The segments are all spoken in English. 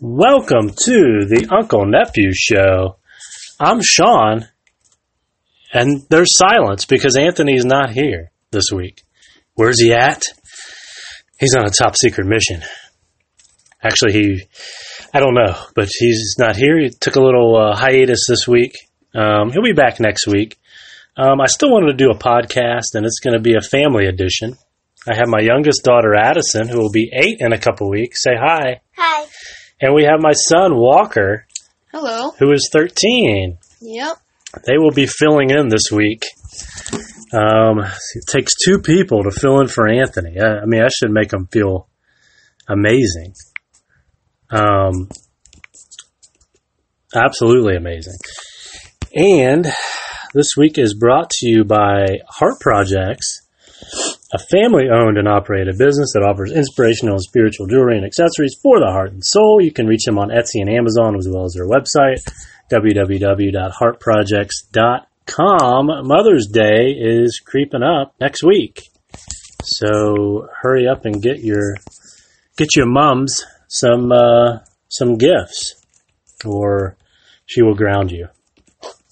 Welcome to the Uncle Nephew Show. I'm Sean, and there's silence because Anthony's not here this week. Where's he at? He's on a top secret mission. Actually, he, I don't know, but he's not here. He took a little uh, hiatus this week. Um, he'll be back next week. Um, I still wanted to do a podcast, and it's going to be a family edition. I have my youngest daughter, Addison, who will be eight in a couple weeks. Say hi. Hi. And we have my son Walker, Hello. who is 13. Yep. They will be filling in this week. Um, it takes two people to fill in for Anthony. I, I mean, I should make him feel amazing. Um, absolutely amazing. And this week is brought to you by Heart Projects, a family owned and operated business that offers inspirational and spiritual jewelry and accessories for the heart and soul. You can reach them on Etsy and Amazon as well as their website, www.heartprojects.com. Mother's Day is creeping up next week. So hurry up and get your get your mums some uh, some gifts or she will ground you.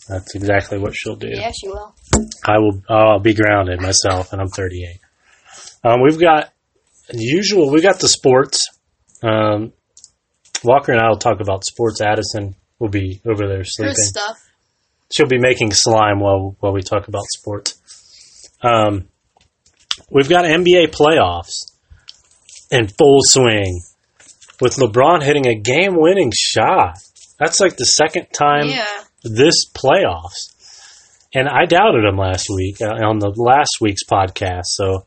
That's exactly what she'll do. Yes, you will. I will I'll be grounded myself, and I'm 38. Um, we've got usual. We've got the sports. Um, Walker and I will talk about sports. Addison will be over there Her sleeping. stuff. She'll be making slime while while we talk about sports. Um, we've got NBA playoffs in full swing with LeBron hitting a game-winning shot. That's like the second time yeah. this playoffs. And I doubted him last week uh, on the last week's podcast. So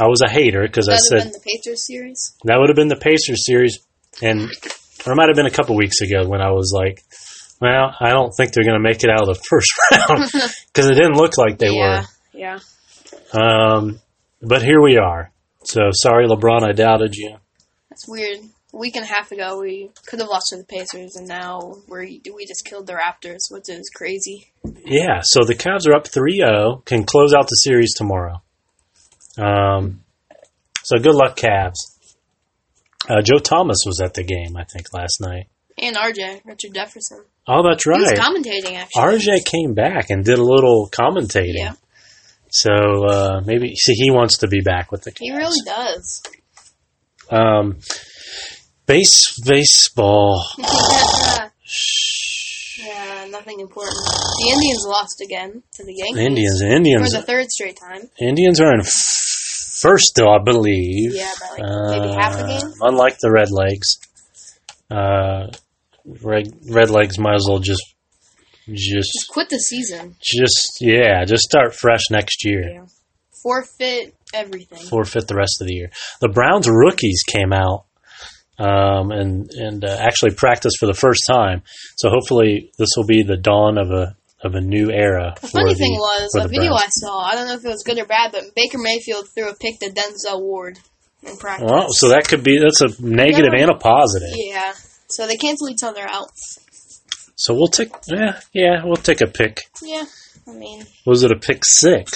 I was a hater because I Better said than the Patriots series. that would have been the Pacers series. And or it might have been a couple weeks ago when I was like, well, I don't think they're going to make it out of the first round because it didn't look like they yeah. Yeah. were. Um, but here we are. So sorry, LeBron, I doubted you. That's weird. A week and a half ago, we could have lost to the Pacers, and now we we just killed the Raptors, which is crazy. Yeah, so the Cavs are up 3-0, can close out the series tomorrow. Um, so good luck, Cavs. Uh, Joe Thomas was at the game, I think, last night. And RJ Richard Jefferson. Oh, that's He was right. commentating actually. RJ came back and did a little commentating. Yeah. So uh, maybe see he wants to be back with the Cavs. He really does. Um, base baseball. uh, yeah, nothing important. The Indians lost again to the Yankees. Indians, For Indians, the third straight time. Indians are in f- first still, I believe. Yeah, by like maybe half a game. Uh, Unlike the Red Legs, uh, Red Red Legs might as well just, Just just, quit the season. just yeah, just start fresh next year. Yeah. Forfeit everything. Forfeit the rest of the year. The Browns rookies came out um, and and uh, actually practiced for the first time. So hopefully this will be the dawn of a of a new era. The for funny thing was, for a the video Browns. I saw, I don't know if it was good or bad, but Baker Mayfield threw a pick to Denzel Ward in practice. Well, so that could be that's a negative Yeah. and a positive. yeah. So they cancel each other out. So we'll take yeah yeah we'll take a pick. Yeah. I mean, Was it a pick six?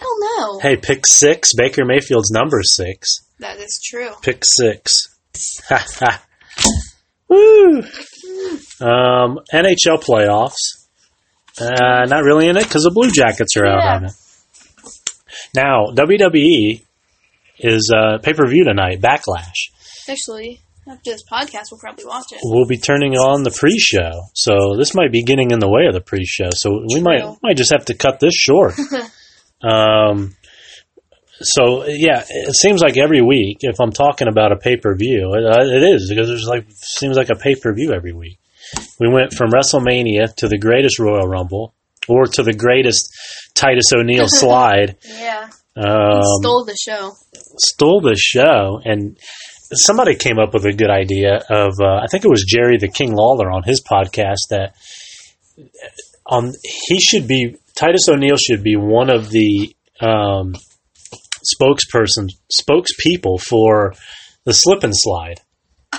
I don't know. Hey, pick six. Baker Mayfield's number six. That is true. Pick six. Ha ha. Woo! Um, NHL playoffs. Uh, not really in it because the Blue Jackets are out Yeah. on it. Now WWE is uh, pay per view tonight. Backlash. Actually, after this podcast, we'll probably watch it. We'll be turning on the pre show, so this might be getting in the way of the pre show. So we True. might might just have to cut this short. Um, so yeah, it seems like every week, if I'm talking about a pay per view, it, uh, it is because there's like seems like a pay per view every week. We went from WrestleMania to the greatest Royal Rumble, or to the greatest Titus O'Neil slide. Yeah. Um, Stole the show. stole the show, and somebody came up with a good idea of uh, I think it was Jerry the King Lawler on his podcast that uh, on he should be Titus O'Neil should be one of the um, spokesperson spokespeople for the slip and slide.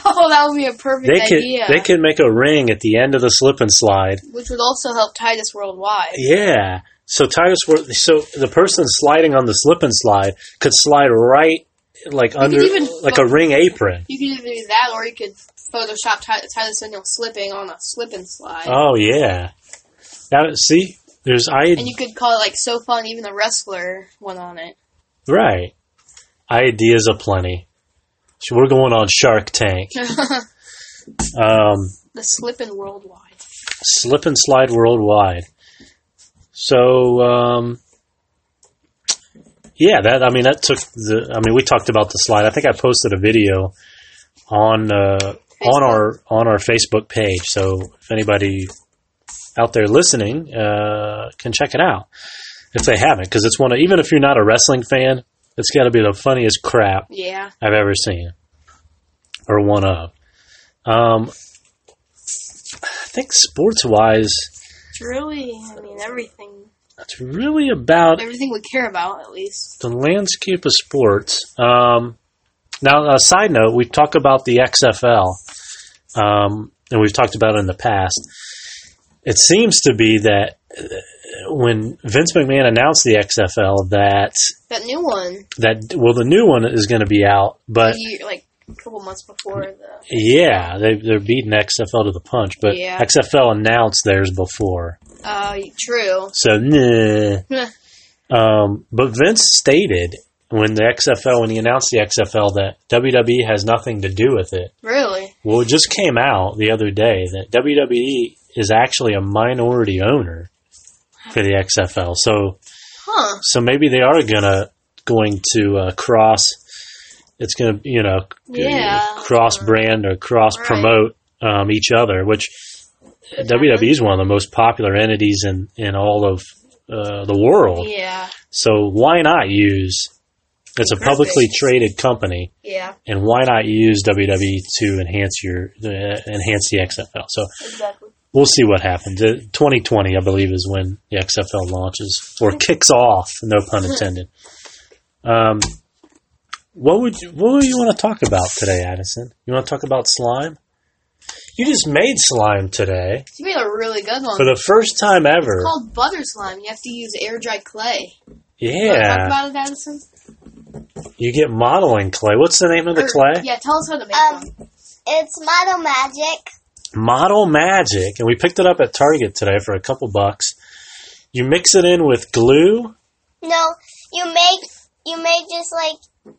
Oh, that would be a perfect They could idea. they could make a ring at the end of the slip and slide Which would also help Titus worldwide. Yeah. So Titus, were- so the person sliding on the slip and slide could slide right like under even like put- a ring apron. You could either do that, or you could Photoshop Ty- Titus O'Neil slipping on a slip and slide, Oh yeah. Now see, there's I and you could call it like so fun. Even the wrestler went on it. right. Ideas aplenty. So we're going on Shark Tank. the Um, slipping worldwide. slip and slide worldwide. So um, yeah, that I mean that took the. I mean we talked about the slide. I think I posted a video on uh, on our on our Facebook page. So if anybody out there listening uh, can check it out if they haven't, because it's one. Of, even if you're not a wrestling fan, it's got to be the funniest crap Yeah, I've ever seen, or one of. Um, I think sports wise, it's really. I mean, everything. that's really about Everything we care about, at least. the landscape of sports. Um, now, a side note: we talk about the XFL, um, and we've talked about it in the past. It seems to be that uh, when Vince McMahon announced the XFL, that That new one, that well, the new one is going to be out, but a year, like a couple months before the. Yeah, they they're beating XFL to the punch, but Yeah. XFL announced theirs before, Uh, true. so nah. Um, but Vince stated when the XFL when he announced the XFL that WWE has nothing to do with it. really? Well, it just came out the other day that WWE is actually a minority owner for the XFL, so Huh. so maybe they are gonna going to uh, cross. It's gonna you know Yeah. cross brand or cross promote um, each other, which WWE is one of the most popular entities in in all of uh, the world. Yeah. So why not use? It's a Perfect. publicly traded company, Yeah. and why not use WWE to enhance your uh, enhance the XFL? So Exactly. we'll see what happens. Uh, 2020, I believe, is when the XFL launches or kicks off. No pun intended. Um, what would you, what would you want to talk about today, Addison? You want to talk about slime? You just made slime today You made a really good one. for the first time ever. it's called butter slime. You have to use air dry clay. Wanna Talk Yeah, about it, Addison. you get modeling clay. What's the name of the Or- clay? Er, Yeah, tell us how to make Um, them. It's Model Magic. Model Magic, and we picked it up at Target today for a couple bucks. You mix it in with glue. No, you make you make just like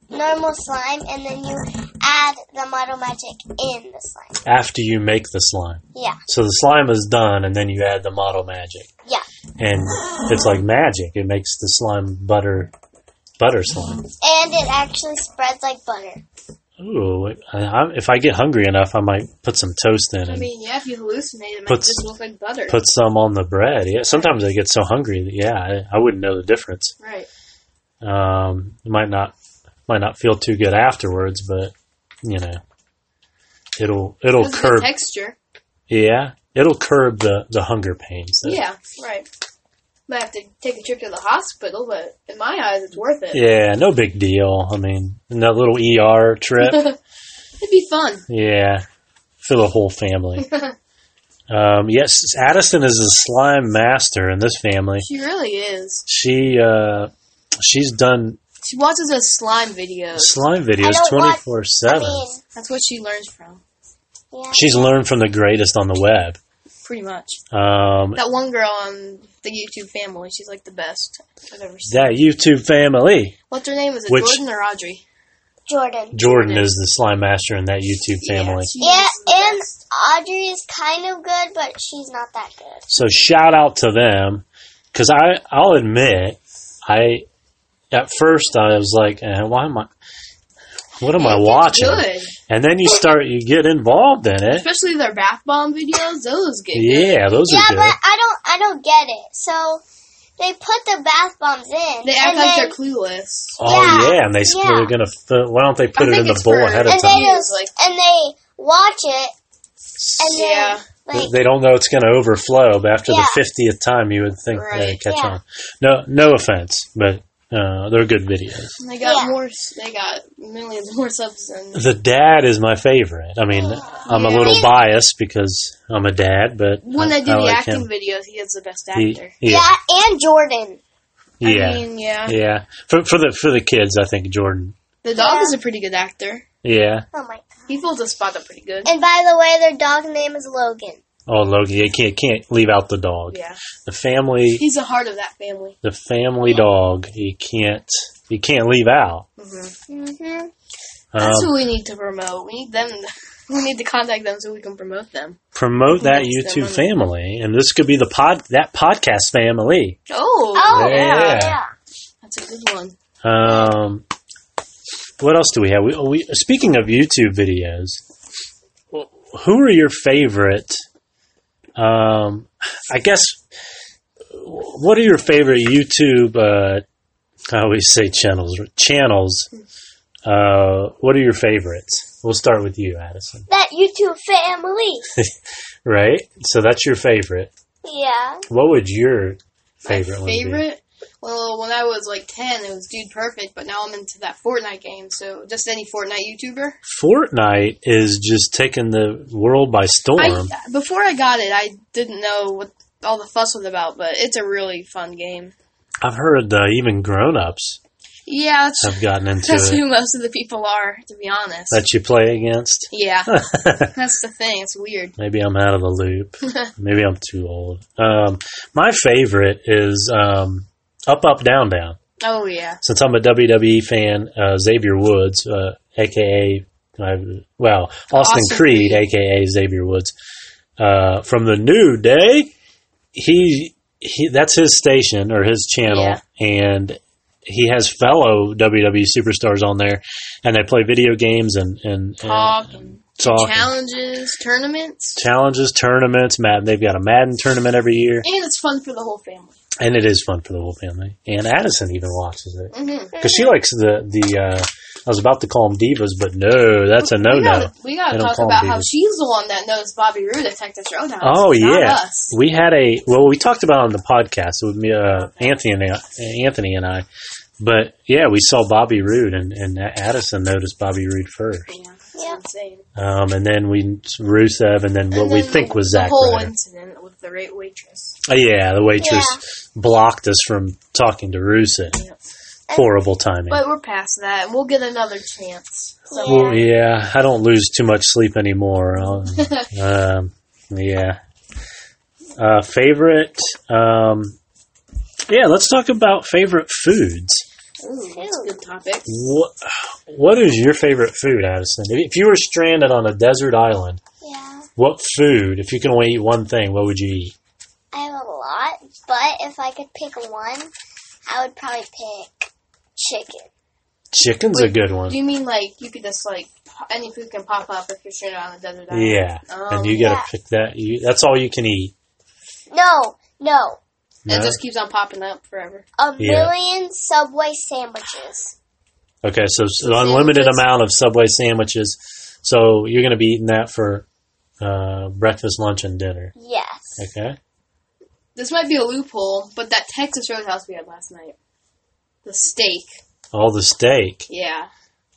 normal slime, and then you add the Model Magic in the slime. after you make the slime. Yeah. So the slime is done, and then you add the model magic. Yeah. And it's like magic. It makes the slime butter, butter slime. And it actually spreads like butter. Ooh, I, I, if I get hungry enough, I might put some toast in I and mean, yeah, if you hallucinate, it might Puts- just look like butter. put some on the bread. Yeah, sometimes I get so hungry that yeah, I, I wouldn't know the difference. right. Um, it might not might not feel too good afterwards, but you know, it'll it'll That's a good curb. texture. Yeah, it'll curb the the hunger pains. that- Yeah, right. Might have to take a trip to the hospital, but in my eyes, it's worth it. Yeah, no big deal. I mean, and that little ER trip. It'd be fun. yeah, for the whole family. Um, yes, Addison is a slime master in this family. she really is. She uh, she's done She watches us slime videos. slime I videos don't twenty want- four I seven. mean, That's what she learns from, yeah. She's learned from the greatest on the web. pretty much. Um, That one girl on the YouTube family, she's like the best I've ever seen. that YouTube family. What's her name? Is it Which- Jordan or Audrey? Jordan. Jordan is the slime master in that YouTube Yeah, family. she's Yeah, the and best. Audrey is kind of good, but she's not that good. So shout out to them because I I'll admit I at first I was like eh, why am I what am I It's watching Good. and then you start you get involved in it Especially their bath bomb videos. Those get good. yeah those yeah, are good but I don't I don't get it. So they put the bath bombs in, They act and like then they're clueless. oh yeah, yeah, and they yeah. they're gonna fi- why don't they put it I think in the it's bowl for- ahead of and they time Sometimes, just like- and they watch it, and then Yeah. like they don't know it's gonna overflow but after Yeah. the fiftieth time you would think Right, they'd catch yeah. on no no offense but uh, they're good videos And They got Yeah. more. s- They got millions more subs than. the dad is my favorite I mean I'm a Yeah. little biased because I'm a dad but When I, they do I the like acting him. videos, he is the best He- actor. yeah. yeah. and Jordan. Yeah, I mean, yeah. yeah. For for the for the kids, I think Jordan The dog Yeah. is a pretty good actor. Yeah. Oh my god. He fills his spot up pretty good. And by the way, their dog name is Logan. Oh, Logan, you can't can't leave out the dog. Yeah. The family, He's the heart of that family. the family dog. You can't you can't leave out. Mm-hmm. That's Um, who we need to promote. We need them. We need to contact them so we can promote them. promote that Yes, YouTube definitely. family, and this could be the pod that podcast family. Oh, Oh Yeah. yeah. that's a good one. Um, what else do we have? We, we speaking of YouTube videos, wh- who are your favorite? Um, I guess what are your favorite YouTube? Uh, I always say channels. Channels. Uh, what are your favorites? We'll start with you, Addison. That YouTube family. Right. So that's your favorite. Yeah. What would your favorite, My one be? favorite. Well, when I was like ten, it was Dude Perfect, but now I'm into that Fortnite game. So just any Fortnite YouTuber. Fortnite is just taking the world by storm. I, before I got it, I didn't know what all the fuss was about, but it's a really fun game. I've heard uh, even grown-ups Yeah, that's, have gotten into that's it who most of the people are, to be honest. that you play against. yeah, that's the thing. It's weird. Maybe I'm out of the loop. Maybe I'm too old. Um, my favorite is um, Up Up Down Down. Oh yeah, Since I'm a WWE fan, uh, Xavier Woods, uh, aka uh, well Austin, Austin Creed, aka Xavier Woods, uh, from the New Day. He, he that's his station or his channel, and he has fellow WWE superstars on there, and they play video games and and, and talk and talk and challenges, tournaments, challenges, tournaments. Madden, they've got a Madden tournament every year, and it's fun for the whole family. and it is fun for the whole family. And Addison even watches it. Mm-hmm. Because she likes the the. Uh, I was about to call them divas, but no, that's a no we no. gotta, we gotta They don't talk call 'em about how divas. she's the one that knows Bobby Roode at Texas Showdown. Oh It's not yeah, us. we had a well. We talked about it on the podcast with me, uh, Anthony, and I, Anthony and I. But yeah, we saw Bobby Roode, and, and Addison noticed Bobby Roode first, Yeah, it's Yeah. insane. um, and then we Rusev, and then what And we then think the- was the Zack whole Ryder. incident with the right waitress. Uh, yeah, the waitress blocked us from talking to Rusev. Yeah. Horrible timing. But we're past that, and we'll get another chance. So Well, yeah, I don't lose too much sleep anymore. Um, um, yeah. Uh, favorite. Um, yeah, let's talk about favorite foods. Ooh, that's a good topic. What, what is your favorite food, Addison? If if you were stranded on a desert island, Yeah. what food, if you can only eat one thing, what would you eat? I have a lot, but if I could pick one, I would probably pick chicken. Chicken's a Wait, good one. Do you mean like you could just like po- any food can pop up if you're stranded on a desert island? Yeah, Um, and you gotta yeah. pick that. You, that's all you can eat. No, no. It No? just keeps on popping up forever. A Yeah. million Subway sandwiches. Okay, so s- an unlimited Sandwiches. amount of Subway sandwiches. So you're going to be eating that for uh, breakfast, lunch, and dinner. Yes. Okay. This might be a loophole, but that Texas Roadhouse we had last night, the steak, All the steak. yeah,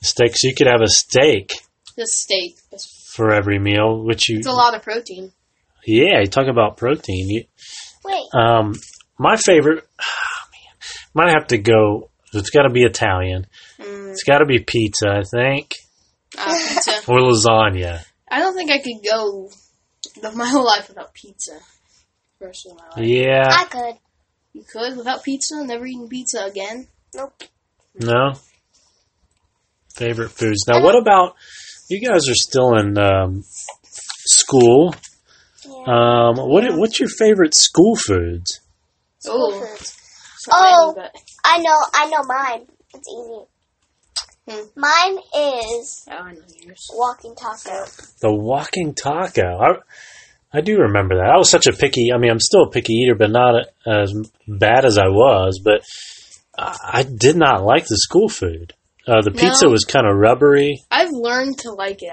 Steaks. You could have a steak the steak. It's, for every meal, which you. it's a lot of protein. Yeah, you talk about protein. You, Wait. um, my favorite. man, might have to go. It's got to be Italian. Mm, It's got to be pizza, I think, uh, pizza. or lasagna. I don't think I could go the- my whole life without pizza. The rest of my life. Yeah. I could. You could without pizza, never eating pizza again. Nope. No. Favorite foods. Now, what about you guys are still in um, school? Yeah. Um, what what's your favorite school foods? School Oh. foods. So many, Oh. but- I know. I know mine. It's easy. Hmm. Mine is Oh, I know yours. walking taco. The walking taco. I, I do remember that. I was such a picky. I mean, I'm still a picky eater, but not as bad as I was. But I, I did not like the school food. Uh, the pizza No. was kind of rubbery. I've learned to like it.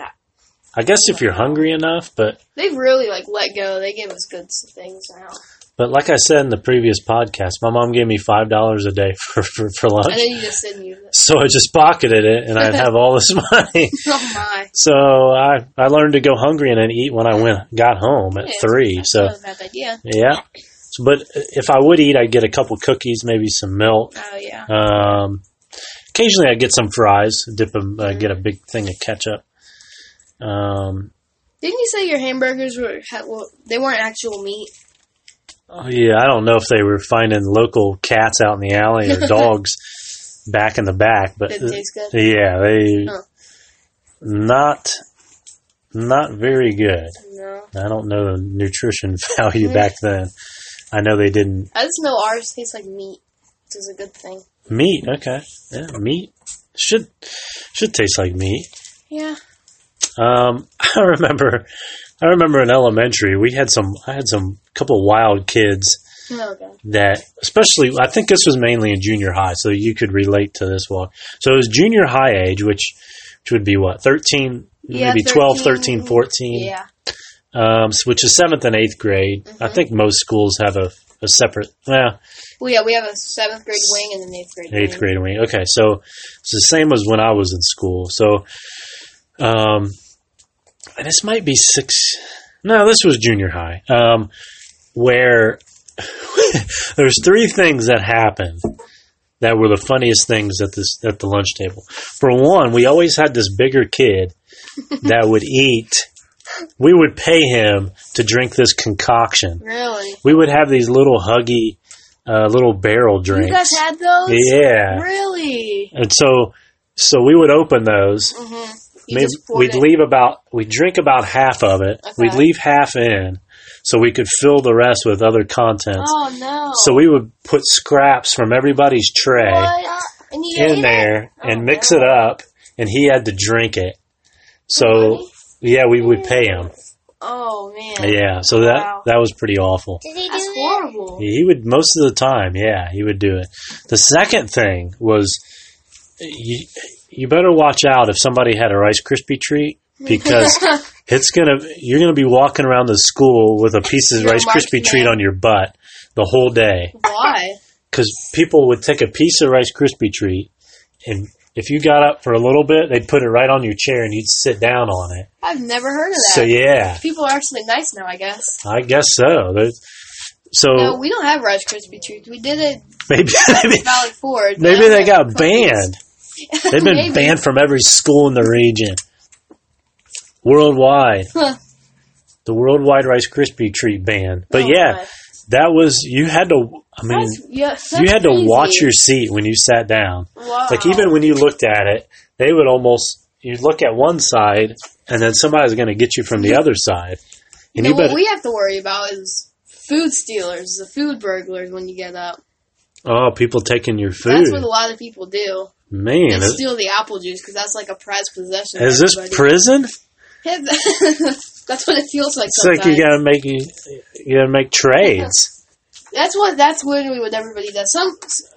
I guess if you're hungry enough, but They've really like let go. They give us good s- things now, but like I said in the previous podcast, my mom gave me five dollars a day for, for for lunch. and then you just didn't use it. So I just pocketed it, and I'd have all this money. Oh my! So I I learned to go hungry and then eat when I went got home at Yeah, three. that's So not a bad idea. yeah, So, Uh, but if I would eat, I'd get a couple cookies, maybe some milk. Oh yeah. Um, Occasionally, I get some fries, dip 'em, uh, Mm-hmm. get a big thing of ketchup. Um, Didn't you say your hamburgers were had, well, they weren't actual meat? oh, yeah, I don't know if they were finding local cats out in the alley or dogs back in the back, but Didn't taste good. yeah, Uh, they Huh. not not very good. No, I don't know the nutrition value Mm. back then. I know they didn't I just know ours tastes like meat, which is a good thing. meat. Okay, yeah, meat should should taste like meat. Yeah. Um, I remember, I remember in elementary we had some. I had some couple wild kids Oh god. that, especially. I think this was mainly in junior high, so you could relate to this walk. So it was junior high age, which which would be what thirteen, Yeah, maybe 12, 13. 13, 14, Yeah. um, so- which is seventh and eighth grade. I Mhm. think most schools have a, a separate. Well, Well, yeah, we have a seventh grade wing and an eighth grade. eighth grade wing. wing. Okay, so it's the same as when I was in school. So, um, and this might be six. No, this was junior high. Um, where there's three things that happened that were the funniest things at this at the lunch table. For one, we always had this bigger kid that would eat. We would pay him to drink this concoction. Really? We would have these little huggy, uh, little barrel drinks. You guys had those? Yeah. Really? And so, so we would open those. Mm-hmm. Maybe we'd leave about, we'd drink about half of it. Okay. We'd leave half in so we could fill the rest with other contents. Oh no. So we would put scraps from everybody's tray What? uh, And you ate in it? there and Oh, mix no. it up and he had to drink it. So Really? yeah, we would pay him. Oh man. Yeah. So that, Wow. that was pretty awful. Did he do That's that? horrible. He would most of the time, yeah, he would do it. The second thing was you, you better watch out if somebody had a Rice Krispie treat because it's gonna you're gonna be walking around the school with a piece of Your Rice marked Krispie treat man. on your butt the whole day Why? because people would take a piece of Rice Krispie treat and if you got up for a little bit, they'd put it right on your chair and you'd sit down on it. I've never heard of that. So yeah, People are actually nice now, I guess. I guess so. There's- So No, we don't have Rice Krispie treats. We did it maybe maybe at Valley Forge. Maybe That they was got like banned. cookies. They've been Maybe. banned from every school in the region. Worldwide. Huh. The worldwide Rice Krispie treat ban. But Oh, yeah, my. that was, you had to, I mean, That's- yeah, you that's had to watch crazy. Oh. your seat when you sat down. Wow. Like even when you looked at it, they would almost, you'd look at one side and then somebody's going to get you from the other side. And Now, you better, what we have to worry about is food stealers, the food burglars. When you get up, oh, people taking your food. that's what a lot of people do. Man, They is, steal the apple juice because that's like a prized possession. to is this everybody. prison? that's what it feels like. It's like you sometimes. gotta make you, you gotta make trades. That's what. That's literally what everybody does. Some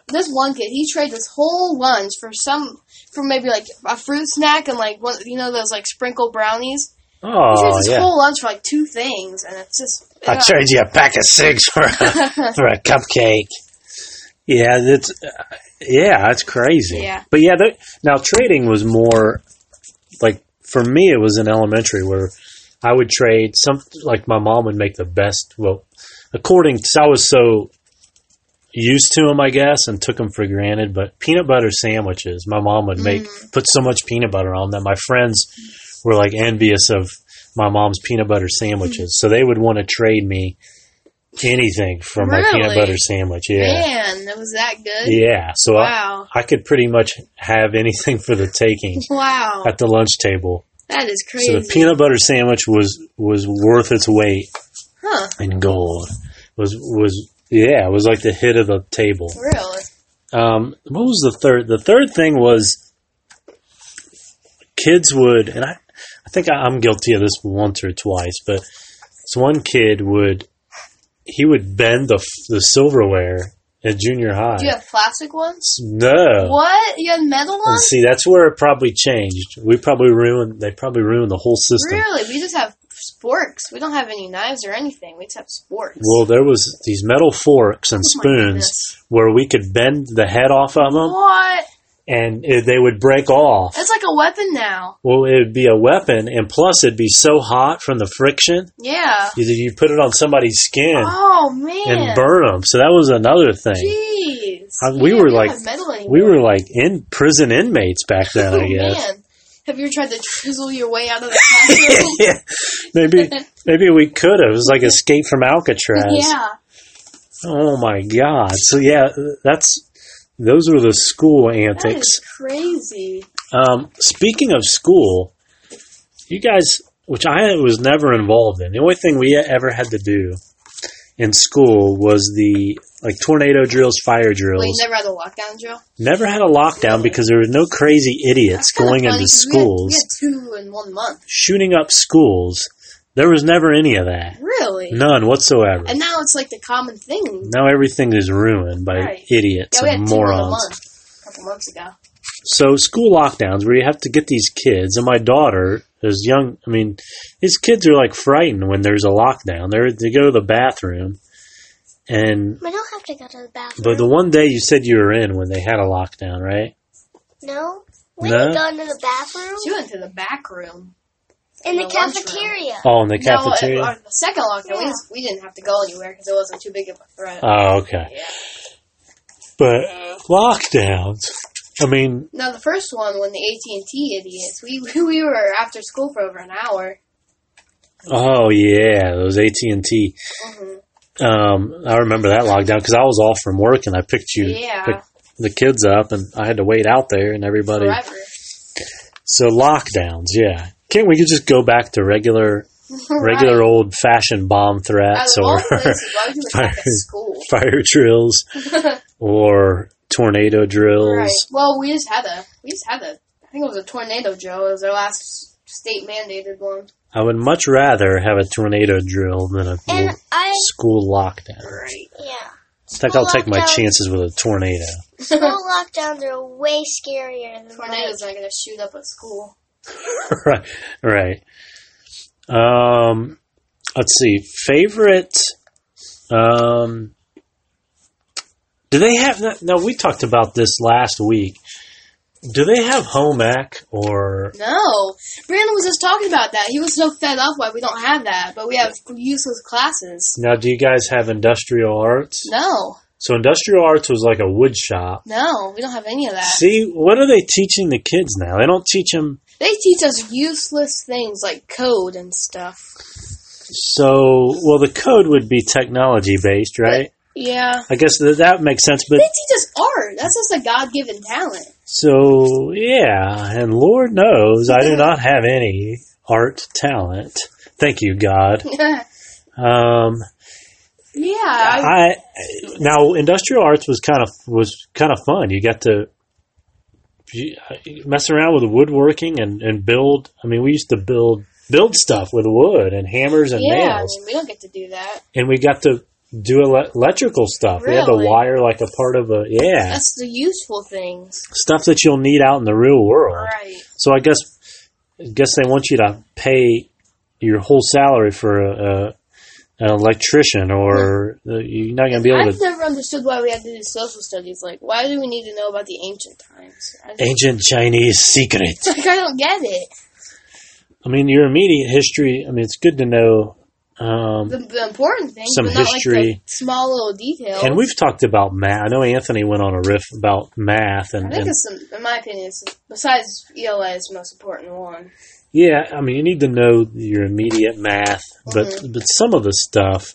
this one kid, he traded his whole lunch for some for maybe like a fruit snack and like one, you know, those like sprinkle brownies. He traded Oh his yeah, whole lunch for like two things, and it's just. I ugh. trade you a pack of six for a, for a cupcake. Yeah, that's uh, yeah, that's crazy. Yeah. but yeah, that, now trading was more like for me, it was in elementary where I would trade some. Like my mom would make the best. Well, according, cause I was so used to them, I guess, and took them for granted. But peanut butter sandwiches, my mom would make Mm. put so much peanut butter on them. My friends were like envious of my mom's peanut butter sandwiches, so they would want to trade me anything for my peanut Really? butter sandwich. Yeah, Man, that was that good. yeah. So Wow. I, I could pretty much have anything for the taking Wow. at the lunch table. That is crazy. So the peanut butter sandwich was was worth its weight huh. in gold. Was was yeah, it was like the hit of the table. Really? Um, what was the third? The third thing was kids would, and I, I think I, I'm guilty of this once or twice, but this one kid would, he would bend the f- the silverware at junior high. Do you have plastic ones? No. What? You had metal And ones? see, that's where it probably changed. We probably ruined. They probably ruined the whole system. Really? We just have sporks. We don't have any knives or anything. We just have sporks. Well, there was these metal forks and Oh my spoons goodness. where we could bend the head off of them, What? and it, they would break off. That's like a weapon now. Well, it would be a weapon, and plus it'd be so hot from the friction. Yeah. Either you put it on somebody's skin Oh man. and burn them. So that was another thing. Jeez. could Uh, see we it. were They don't like- have metal anymore. We were like in prison inmates back then, I guess. Oh, man. Have you ever tried to drizzle your way out of the classroom? maybe maybe we could have. It was like escape from Alcatraz. yeah. Oh my god. So yeah, that's those were the school That is antics. crazy. Um, speaking of school, you guys, which I was never involved in, the only thing we ever had to do in school was the like tornado drills, fire drills. Wait, you never had a lockdown drill? never had a lockdown because there were no crazy idiots That's kinda going funny into 'cause we had- schools, We had, two in one month. shooting up schools. There was never any of that. Really? None whatsoever. And now it's like the common thing. now everything is ruined by Right. idiots yeah, we had and two in a morons. month a couple months ago. so school lockdowns where you have to get these kids and my daughter is young i mean these kids are like frightened when there's a lockdown They're, they go to the bathroom and We don't have to go to the bathroom. but the one day you said you were in when they had a lockdown right no, we No? can go into the bathroom She went to the back room. in the the lunchroom. cafeteria. oh in the No, our, cafeteria the second lockdown, we, Yeah. just, we didn't have to go anywhere because it wasn't too big of a threat. oh okay yeah. but lockdowns i mean Now the first one, when the AT and T idiots, we we were after school for over an hour. oh yeah those at&t Mm-hmm. Mhm. um, i remember that lockdown because i was off from work and i picked you Yeah. picked the kids up and i had to wait out there and everybody Forever. So lockdowns, yeah. Can't we just go back to regular, regular old fashioned bomb Right. threats Out of all or places, why would you attack at school? fire drills or tornado drills? Right. Well, we just had a we just had a I think it was a tornado drill. It was our last state mandated one. I would much rather have a tornado drill than a And little I, school lockdown. Right. yeah. In fact, I'll take my Lockdown. chances with a tornado. School lockdowns are way scarier than Tornadoes tornadoes. not gonna shoot up at school. right, right. Um, let's see. Favorite. Um, do they have? Now we talked about this last week. Do they have home ec or? No, Brandon was just talking about that. He was so fed up why we don't have that, but we have useless classes. Now, do you guys have industrial arts? No, So industrial arts was like a wood shop. no, we don't have any of that. See, what are they teaching the kids now? They don't teach them. They teach us useless things like code and stuff. So, well, the code would be technology based, right? Yeah. I guess that that makes sense. But They teach us art. That's just a God given talent. So yeah, and Lord knows I do not have any art talent. Thank you, God. yeah. Um, I, I now industrial arts was kind of was kind of fun. You got to you- mess around with woodworking and and build. I mean, we used to build build stuff with wood and hammers and yeah. I nails, mean, we don't get to do that. and we got to do ele- electrical stuff. We had to Really? wire like a part of a yeah That's the useful things. stuff that you'll need out in the real world. Right. So I guess I guess they want you to pay your whole salary for a, a an electrician, or uh, you're not going to be able I've to. never understood why we had to do social studies. Like, why do we need to know about the ancient times? I just, Ancient Chinese secret. like, I don't get it. I mean, your immediate history. I mean, it's good to know. Um, The, the important things, Some but not like history. the small little details. and we've talked about math. I know Anthony went on a riff about math, I and, think and it's, the- in my opinion, it's, besides E ELA, is the most important one. yeah, I mean, you need to know your immediate math, but Mm-hmm. but some of the stuff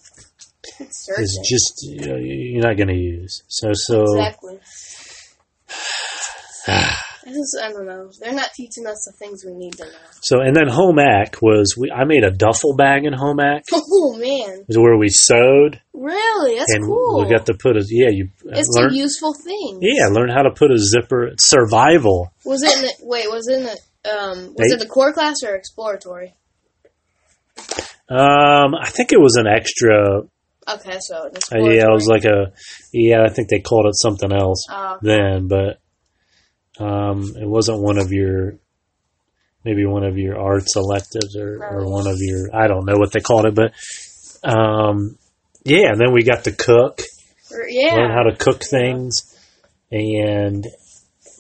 It's is certain. just you know, you're not going to use. So so Exactly. I just, I don't know. They're not teaching us the things we need to know. so, and then home ec was we. I made a duffel bag in home ec. Oh man, is where we sewed really? That's and cool. we got to put a yeah you uh, it's learn a useful thing. yeah learn how to put a zipper survival Was it? In the, wait, was it in the, um? Was They- it the core class or exploratory? um I think it was an extra Okay, so uh, an exploratory. yeah it was like a yeah I think they called it something else Oh, then but um it wasn't one of your maybe one of your arts electives or, or Right. one of your I don't know what they called it but um yeah and then we got to cook or- yeah. learn how to cook things, and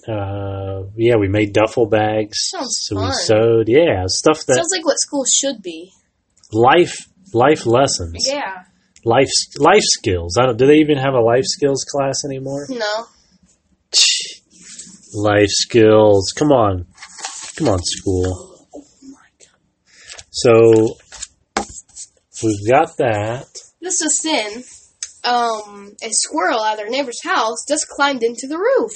uh, yeah, we made duffel bags. Sounds so we fun. sewed, yeah, stuff that Sounds like what school should be. life life lessons. Yeah. Life life skills. I don't. Do they even have a life skills class anymore? No. life skills. Come on, come on, school. So we've got that. This is sin. Um, a squirrel at their neighbor's house just climbed into the roof.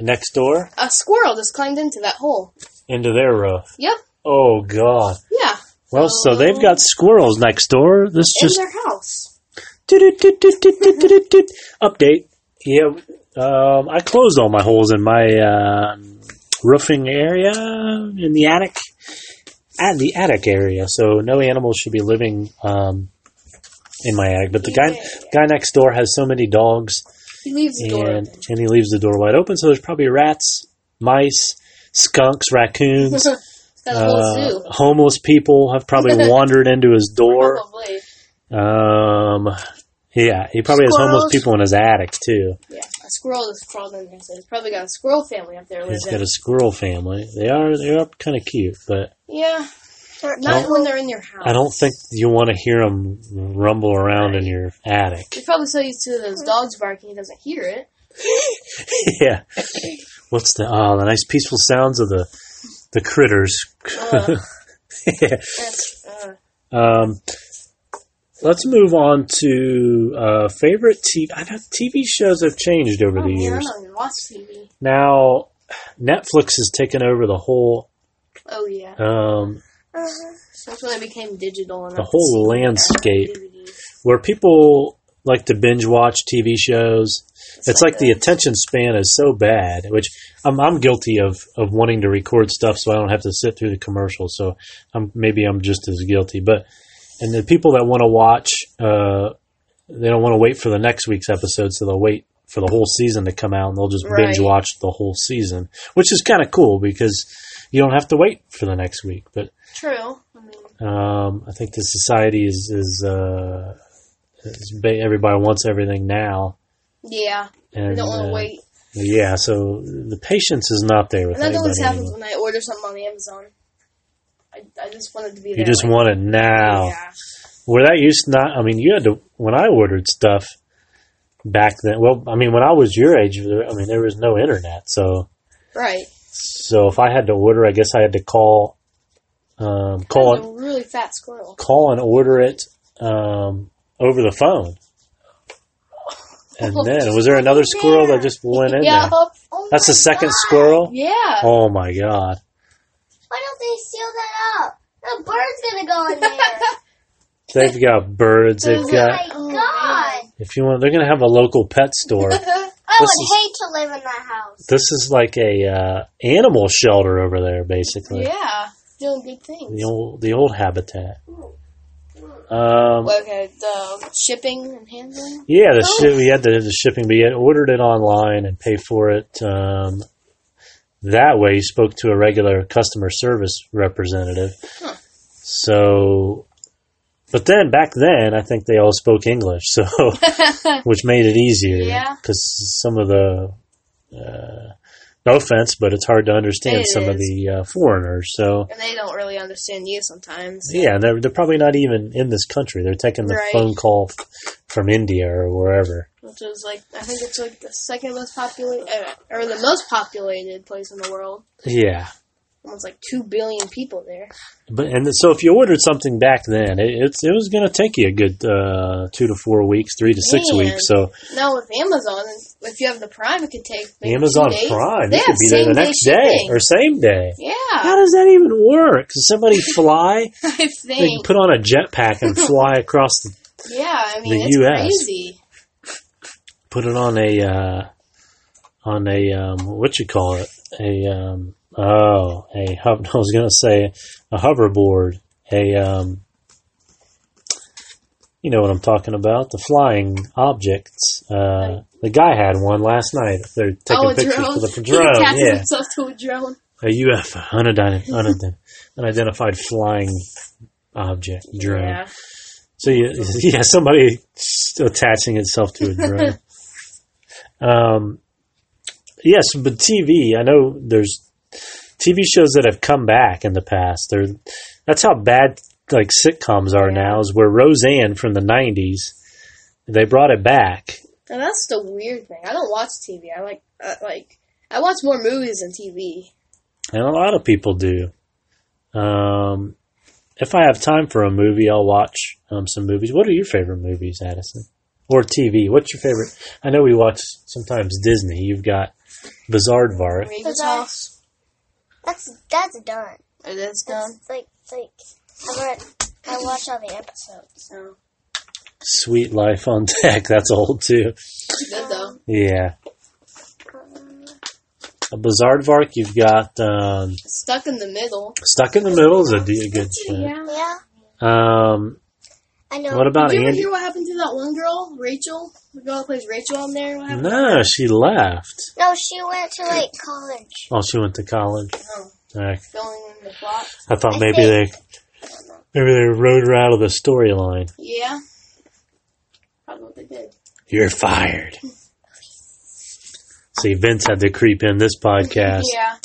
Next door A squirrel just climbed into that hole. into their roof. Yep. Oh God. Yeah. Well, so Oh. they've got squirrels next door. This in just their house. Doot-doot-doot-doot-doot-doot-doot. Update. Yeah, um, I closed all my holes in my uh, roofing area in the attic, at the attic area. So no animals should be living um, in my attic. But the guy guy next door has so many dogs, He leaves the door. and and he leaves the door wide open. So there's probably rats, mice, skunks, raccoons, It's got a uh, whole zoo. homeless people have probably wandered into his door. Probably. Um, yeah, he probably has homeless Squirrels. people in his attic too. Yeah. A squirrel just crawled in there. So he's probably got a squirrel family up there He's living. got a squirrel family. They are they are kind of cute, but yeah. They're Not Don't- when they're in your house. I don't think you want to hear them rumble around in your attic. You're probably so used to those dogs barking, he doesn't hear it. yeah, what's the oh the nice peaceful sounds of the the critters. Uh. Yeah. That's, uh, Um, let's move on to uh, favorite TV. I know TV shows have changed over oh, the man, I years. don't even watch TV. Now Netflix has taken over the whole Oh, yeah. um, Uh-huh. That's when it became digital. And the that's- whole landscape DVDs. where people like to binge watch TV shows. It's, like, like the that. attention span is so bad, which I'm, I'm guilty of, of wanting to record stuff so I don't have to sit through the commercials. So I'm, maybe I'm just as guilty. But and the people that want to watch, uh, they don't want to wait for the next week's episode, so they'll wait for the whole season to come out and they'll just binge Right. watch the whole season, which is kind of cool because you don't have to wait for the next week. But True. I mean, um, I think the society is is, uh, is ba- everybody wants everything now. yeah. I And, don't want uh, to wait. Yeah, so the patience is not there with And that always anybody. happens anymore. when I order something on Amazon. I, I just wanted to be there. You just like, want it now. Yeah. Where that used to not, I mean, you had to when I ordered stuff back then. Well, I mean, when I was your age, there- I mean, there was no internet, so Right. so if I had to order, I guess I had to call um, call That's a really fat squirrel. call and order it um, over the phone. And then was there another squirrel that just went in Yeah. Oh, there? That's the second squirrel. Yeah. Oh my god! Why don't they seal that up? The bird's gonna go in there. They've got birds. They've got. Oh my god! If you want, they're gonna have a local pet store. I This would is- hate to live in that house. This is like a uh, animal shelter over there, basically. yeah. Doing good things. The old the old habitat. Um, Okay, uh, the shipping and handling. Yeah, the shi we had the, the shipping, but you had ordered it online and pay for it. Um, that way, you spoke to a regular customer service representative. Huh. So, but then back then, I think they all spoke English, so which made it easier. Yeah. because some of the uh, no offense, but it's hard to understand It some of is. the uh, foreigners. So. And they don't really understand you sometimes. Yeah, they're they're probably not even in this country. They're taking the Right. phone call f- from India or wherever. Which is like, I think it's like the second most populated, or the most populated place in the world. Yeah, Almost like 2 billion people there. But and so if you ordered something back then, it, it's it was going to take you a good uh, two to four weeks, three to six Man. weeks. So Now with Amazon, if you have the Prime, it could take maybe Amazon two days. Prime, They you could have be there the same-day next day shipping. Uh, or same day. How yeah, does that even work? Does somebody fly? I they can think. put on a jetpack and fly across. The, Yeah, I mean the it's US. crazy. put it on a uh, on a um, what you call it? A um, oh a hub. I was going to say a hoverboard. A um, you know what I'm talking about, the flying objects. Uh, the guy had one last night. They're taking oh, a pictures drone. with a He drone. attaches Yeah, himself to a drone. a UFO, unidentified, unidentified, unidentified flying object drone. Yeah, So you, yeah, somebody s- attaching itself to a drone. um, yes, but TV. I know there's TV shows that have come back in the past. They're, that's how bad like sitcoms are now is where Roseanne from the '90s, they brought it back. And that's the weird thing. I don't watch TV. I like uh, like I watch more movies than TV. and a lot of people do. Um, if I have time for a movie, I'll watch um, some movies. What are your favorite movies, Addison, or TV? What's your favorite? I know we watch sometimes Disney. You've got Bizarre Raven's Bizarre. house. That's that's done. It is done. That's like like I read I watched all the episodes. So Sweet Life on Deck. That's old too. it's good though. Yeah, Um, Uh-huh. Bizarre You've got um, Stuck in the middle. Stuck in the Middle is a d- good show. yeah, Um, I know. what about Did you ever Andy? hear what happened to that one girl, Rachel? The girl that plays Rachel on there. What happened? No, she left. No, she went to like college. Oh, she went to college. Oh, Okay. going in the plot. I thought I maybe they maybe they rode her out of the storyline. Yeah. Probably what they did. You're fired. See, Vince had to creep in this podcast. Yeah.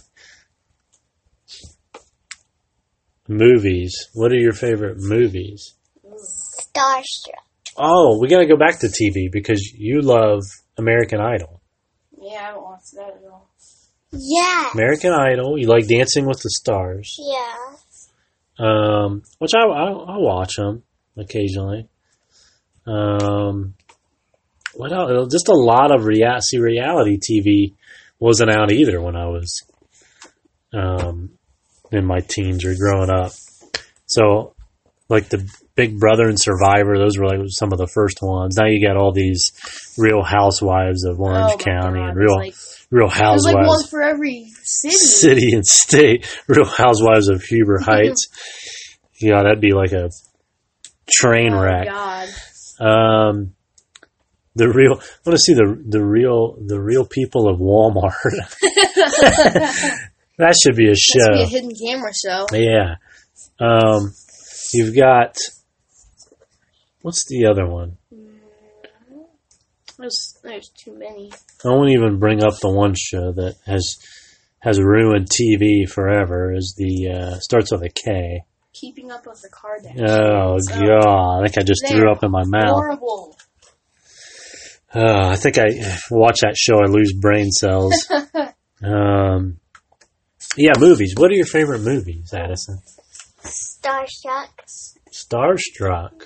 Movies. What are your favorite movies? Starstruck. Oh, we got to go back to TV because you love American Idol. Yeah, I haven't watched that at all. Yeah. American Idol. You like Dancing with the Stars, Yeah. um, which I, I I watch them occasionally. Um, what else? Just a lot of reality. See, reality TV wasn't out either when I was um, in my teens or growing up. So, like the Big Brother and Survivor, those were like some of the first ones. Now you got all these Real Housewives of Orange Oh my County God, and it's Real like- Real There's like Housewives one for every city. city and state real housewives of huber heights yeah that'd be like a train Oh, wreck God. um the real i want to see the the real the real people of walmart that should be a This would be a show hidden camera show. yeah um you've got what's the other one There's, there's too many. i won't even bring up the one show that has has ruined tv forever is the uh starts with a k Keeping up with the Kardashians. Oh So, god! I think I just threw There. up in my mouth. Horrible. Oh, I think I if I watch that show. I lose brain cells. um, yeah, movies. What are your favorite movies, Addison? Starstruck. Starstruck.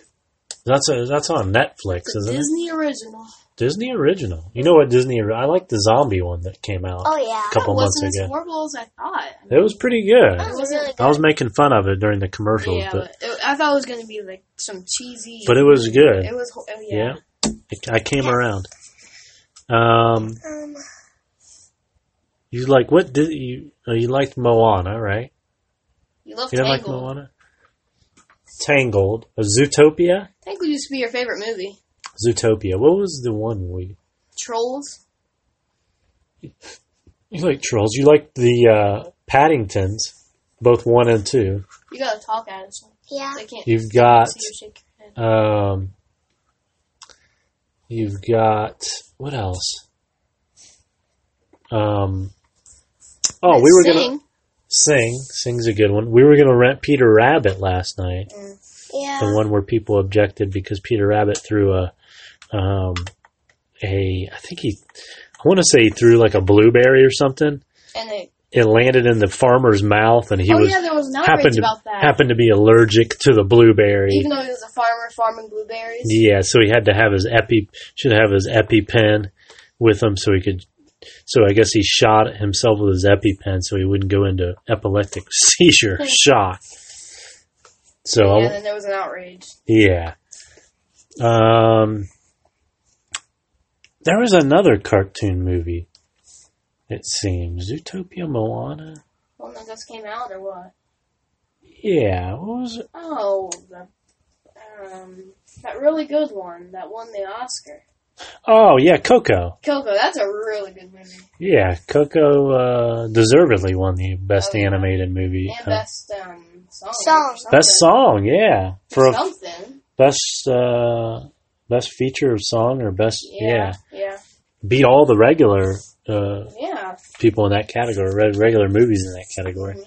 That's a, that's on Netflix, It's a isn't it? Disney original. Disney original. You know what Disney? ori- I like the zombie one that came out. Oh yeah. Couple That wasn't months as ago. horrible as I thought. It was pretty good. That was really I was good. making fun of it during the commercials, Yeah, but but it, I thought it was going to be like some cheesy. but it was good. it was. ho- Oh, yeah. yeah, I, I came around. Um, Um, You like what did you? Oh, you liked Moana, right? You love You didn't like Tangled. Moana. Tangled, Uh, Zootopia, Tangled used to be your favorite movie. Zootopia. What was the one we? Trolls. You like trolls. You like the uh, Paddingtons, both one and two. You gotta talk at us. yeah. They can't You've got, see you shake your head. um, you've got what else? Um, oh, we were gonna Sing. sing. Sing's a good one. We were gonna rent Peter Rabbit last night. the Yeah. one where people objected because Peter Rabbit threw a, um, a I think he, I want to say he threw like a blueberry or something. And they, It landed in the farmer's mouth, and he oh was yeah, there was an happened outrage to about that. happened to be allergic to the blueberry. Even though he was a farmer farming blueberries. yeah, so he had to have his epi should have his EpiPen with him so he could. So I guess he shot himself with his EpiPen so he wouldn't go into epileptic seizure shock. So Yeah, I- and then there was an outrage. Yeah. Um, there was another cartoon movie. It seems Zootopia, Moana. One that just came out or what? Yeah, what was it? Oh, the, um, that really good one that won the Oscar. Oh yeah, Coco. Coco, that's a really good movie. Yeah, Coco uh, deservedly won the best Oh, yeah. animated movie. And uh, best um song. Song. or best song, yeah. For a something. best uh, best feature of song or best yeah, Yeah. Yeah. beat all the regular uh, Yeah. people in that category, reg- regular movies in that category.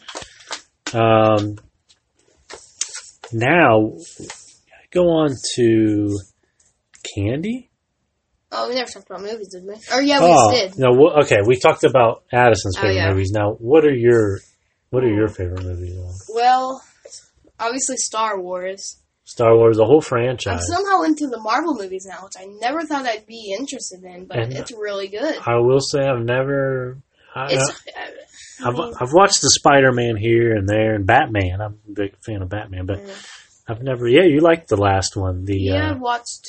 Um, now go on to candy. Oh, we never talked about movies, did we? Or yeah, we oh did. no, wha- okay. We talked about Addison's Oh, favorite yeah. movies. Now, what are your what are your favorite movies? Lauren? Well, obviously Star Wars. Star Wars, the whole I'm franchise. somehow into the Marvel movies now, which I never thought I'd be interested in, but And- it's really good. I will say I've never. I, It's I I've, mean- I've watched the Spider Man here and there and Batman. I'm a big fan of Batman, but Yeah. I've never. Yeah, you liked the last one. The yeah, uh, I've watched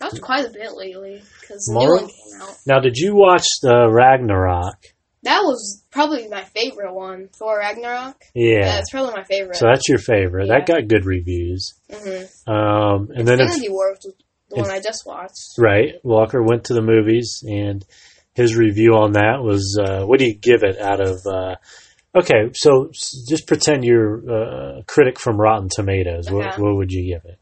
watched quite a bit lately because the Marvel? new one came out. now, did you watch the Ragnarok? That was probably my favorite one, Thor Ragnarok. Yeah, Yeah, it's probably my favorite. so that's your favorite. That got good reviews. hmm Um, and then it's Infinity War was the it's- one I just watched. right. Walker went to the movies, and his review on that was, uh, "What do you give it out of?" Uh, okay, so s- just pretend you're uh, a critic from Rotten Tomatoes. What, Okay. what would you give it?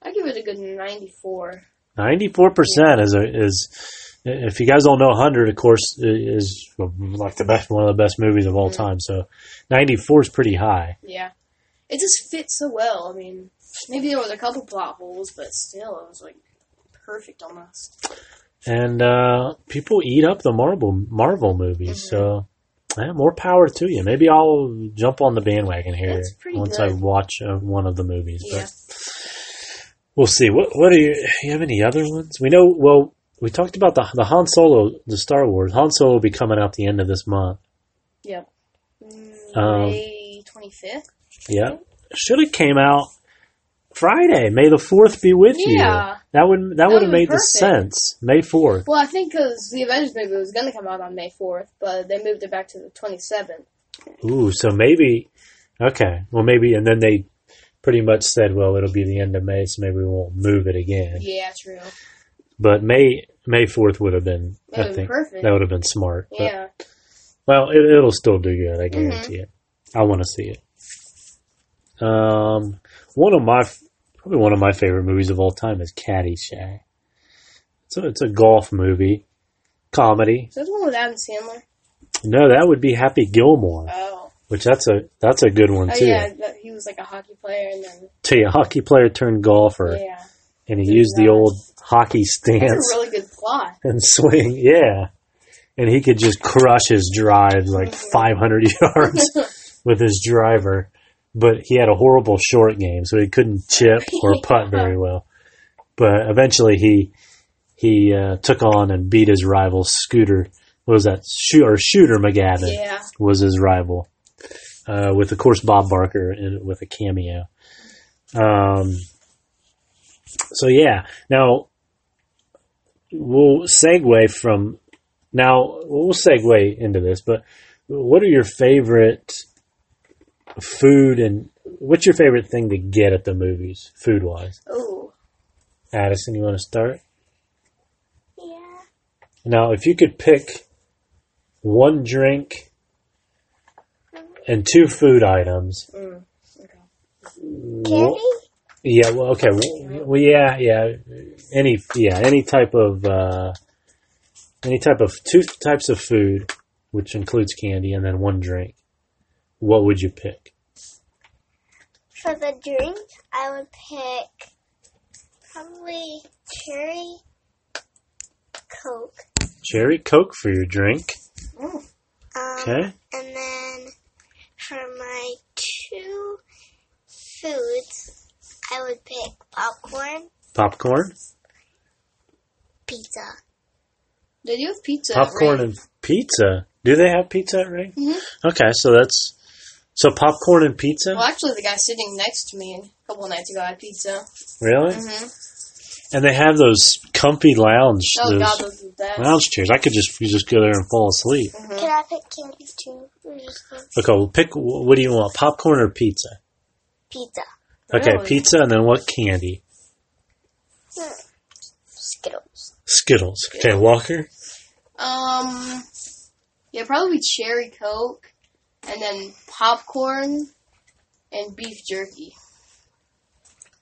I give it a good 94. Ninety-four percent is a, is if you guys don't know, hundred of course is like the best one of the best movies of all Mhm. time. So ninety-four is pretty high. Yeah. It just fits so well. I mean, maybe there was a couple plot holes, but still, it was like perfect almost. And uh, people eat up the Marvel Marvel movies, so yeah, more power to you. Maybe I'll jump on the bandwagon here That's pretty once I good. watch uh, one of the movies. Yeah. But we'll see. What what are you? You have any other ones? We know. Well, we talked about the the Han Solo, the Star Wars. Han Solo will be coming out the end of this month. Yep. Mm, Um, May 25th? Yeah. Should have came out Friday. May the 4th be with you. Yeah. That would that would have would've made been the perfect. sense. May 4th. Well, I think because the Avengers movie was going to come out on May 4th, but they moved it back to the 27th. Ooh, so maybe okay. Well, maybe and then they pretty much said, well, it'll be the end of May, so maybe we won't move it again. Yeah, true. But May May 4th would have been That I would've think been perfect. that would have been smart. But- Yeah. Mm-hmm. well, it, it'll still do good, I guarantee it. I want to see it. Um, one of my probably one of my favorite movies of all time is Caddyshack. So it's a golf movie, comedy. So that's one with Adam Sandler. No, that would be Happy Gilmore, Oh. which that's a that's a good one Oh, too. yeah. That, he was like a hockey player, and then. To a hockey player turned golfer, Yeah. and he used the nice. old hockey That's stance a really good plot. and swing. Yeah, and he could just crush his drives like Mhm. 500 yards. with his driver, but he had a horrible short game, so he couldn't chip or putt very well. But eventually, he he uh, took on and beat his rival Scooter. What was that? Shoot or Shooter McGavin yeah. was his rival, uh, with of course Bob Barker in, with a cameo. Um, so yeah, now we'll segue from now we'll segue into this, but what are your favorite food and what's your favorite thing to get at the movies, food wise? Oh. Addison, you want to start? Yeah. Now, if you could pick one drink and two food items, Mm. Okay. wha- Candy? yeah, well, okay, well, well, yeah, yeah, any, yeah, any type of, uh, any type of two types of food, which includes candy, and then one drink. What would you pick? For the drink, I would pick probably cherry coke. Cherry Coke for your drink. Mm. Um, Okay. And then for my two foods, I would pick popcorn, Popcorn. pizza. They do have pizza. popcorn right? and pizza. Do they have pizza at Ring? Mhm. Okay, so that's, so popcorn and pizza? Well, actually, the guy sitting next to me a couple nights ago had pizza. Really? hmm And they have those comfy lounge Oh, those God, those are the best. lounge chairs. I could just you just go there and fall asleep. Mhm. Can I pick candy too? Or just one? Okay, well, oh, pick what do you want? Popcorn or pizza? Pizza. Okay, Really? pizza and then what candy? Hmm. Skittles. Skittles. Okay, Walker. Um, yeah, probably cherry coke, and then popcorn and beef jerky.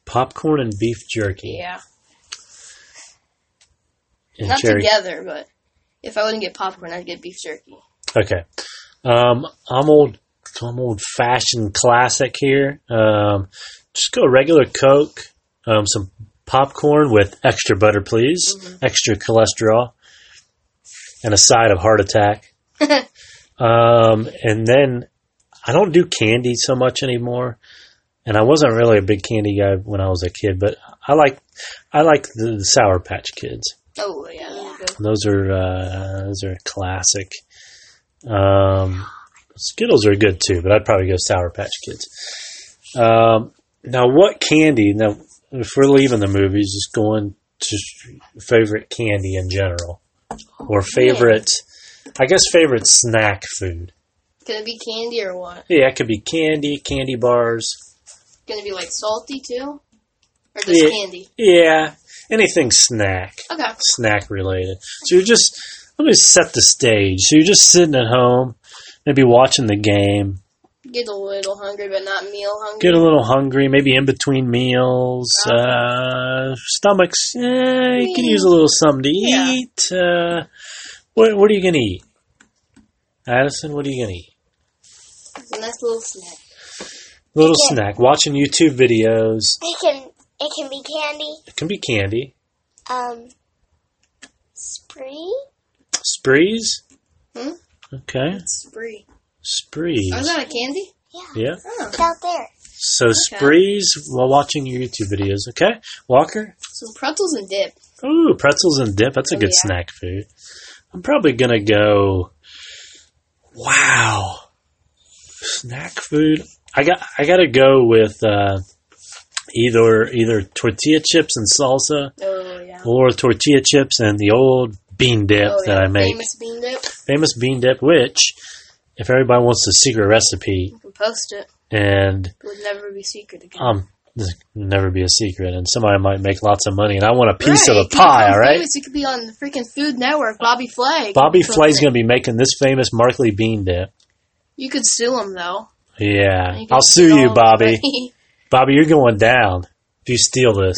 Popcorn and beef jerky Yeah, and not cherry. together, but if I wouldn't get popcorn, I'd get beef jerky. Okay. Um, I'm old some old fashioned classic here. Um, just go regular Coke, um, some popcorn with extra butter, please, extra cholesterol, and a side of heart attack. um, and then I don't do candy so much anymore. And I wasn't really a big candy guy when I was a kid, but I like I like the, the Sour Patch Kids. Oh yeah, that'd be good. Those are uh, those are classic. Um, Skittles are good too, but I'd probably go Sour Patch Kids. Um, now, what candy? Now, if we're leaving the movies, just going to favorite candy in general, or favorite, I guess favorite snack food. Can it be candy or what? Yeah, it could be candy, candy bars. Can it be like salty too, or just Yeah. candy? Yeah, anything snack. Okay. snack related. So you're just let me set the stage. So you're just sitting at home, maybe watching the game, Get a little hungry, but not meal hungry. get a little hungry, maybe in between meals. Okay. Uh, stomachs, eh, you can Yeah. use a little something to Uh-huh. Yeah. eat. Uh, what, what are you gonna eat, Addison? What are you gonna eat? It's a nice little snack. Little Yeah. snack. Watching YouTube videos. It can it can be candy. It can be candy. Um, spree. Sprees. Hmm? Okay. Spree. Sprees. Oh, is that a candy? Yeah, Yeah. Oh, it's out there. So sprees while watching your YouTube videos. Okay, Walker. some pretzels and dip. Ooh, pretzels and dip. That's a Oh, good yeah. snack food. I'm probably gonna go. Wow, snack food. I got. I gotta go with uh, either either tortilla chips and salsa, Oh yeah. or tortilla chips and the old bean dip oh, yeah. that I make. Famous. Famous bean bean dip. dip, which if everybody wants the secret recipe You can post it. and It would never be secret again. um. This can never be a secret, and somebody might make lots of money, and I want a piece Right, of it the could pie. become All right, famous. It could be on the freaking Food Network. Bobby Flay. Bobby could- Flay's going to be making this famous Markley bean dip. You could sue him though. Yeah. You could I'll sue you, all- Bobby. Bobby, you're going down if you steal this.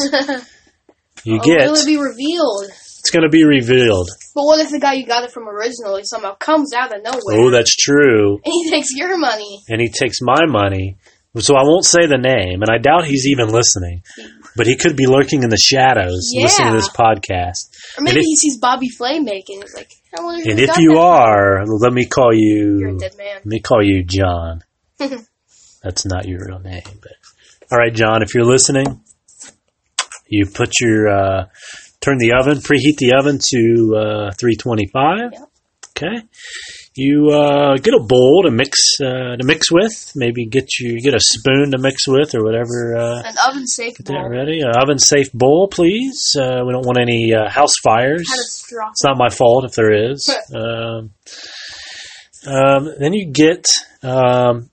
You Or get Will it be revealed? it's going to be revealed. But what if the guy you got it from originally somehow comes out of nowhere? Oh, that's true. and he takes your money. And he takes my money. So I won't say the name, and I doubt he's even listening. But he could be lurking in the shadows Yeah. listening to this podcast. Or maybe if- he sees Bobby Flay making it. He's like, I wonder who And got if you that from." are, let me call you You're a dead man. Let me call you John. That's not your real name, but all right, John. If you're listening, you put your uh, turn the oven, preheat the oven to uh, 325. Yep. Okay. You uh, get a bowl to mix uh, to mix with. Maybe get you get a spoon to mix with or whatever. Uh, An oven safe get that bowl ready. An oven safe bowl, please. Uh, we don't want any uh, house fires. had a straw. It's not my fault if there is. um, um, then you get um,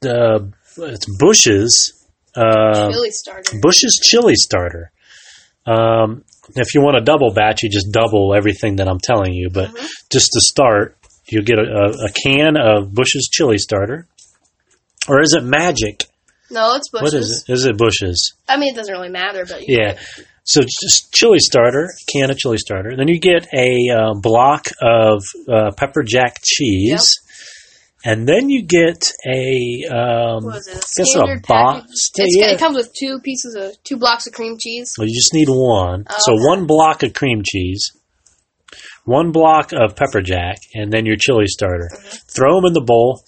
the it's Bush's um Really started. Bush's chili starter. Um, if you want a double batch, you just double everything that I'm telling you. But just to start, you get a, a, a can of Bush's chili starter, or is it magic? No, it's bushes. What is it? Is it Bush's? I mean, it doesn't really matter, but you- Yeah. So just chili starter, can of chili starter. Then you get a uh, block of uh, pepper jack cheese, and then you get a um, What is it? A guess a standard box. package? Yeah. It's, It comes with two pieces of two blocks of cream cheese. well, you just need one. Oh, so okay. one block of cream cheese, one block of pepper jack, and then your chili starter. Mm-hmm. Throw them in the bowl.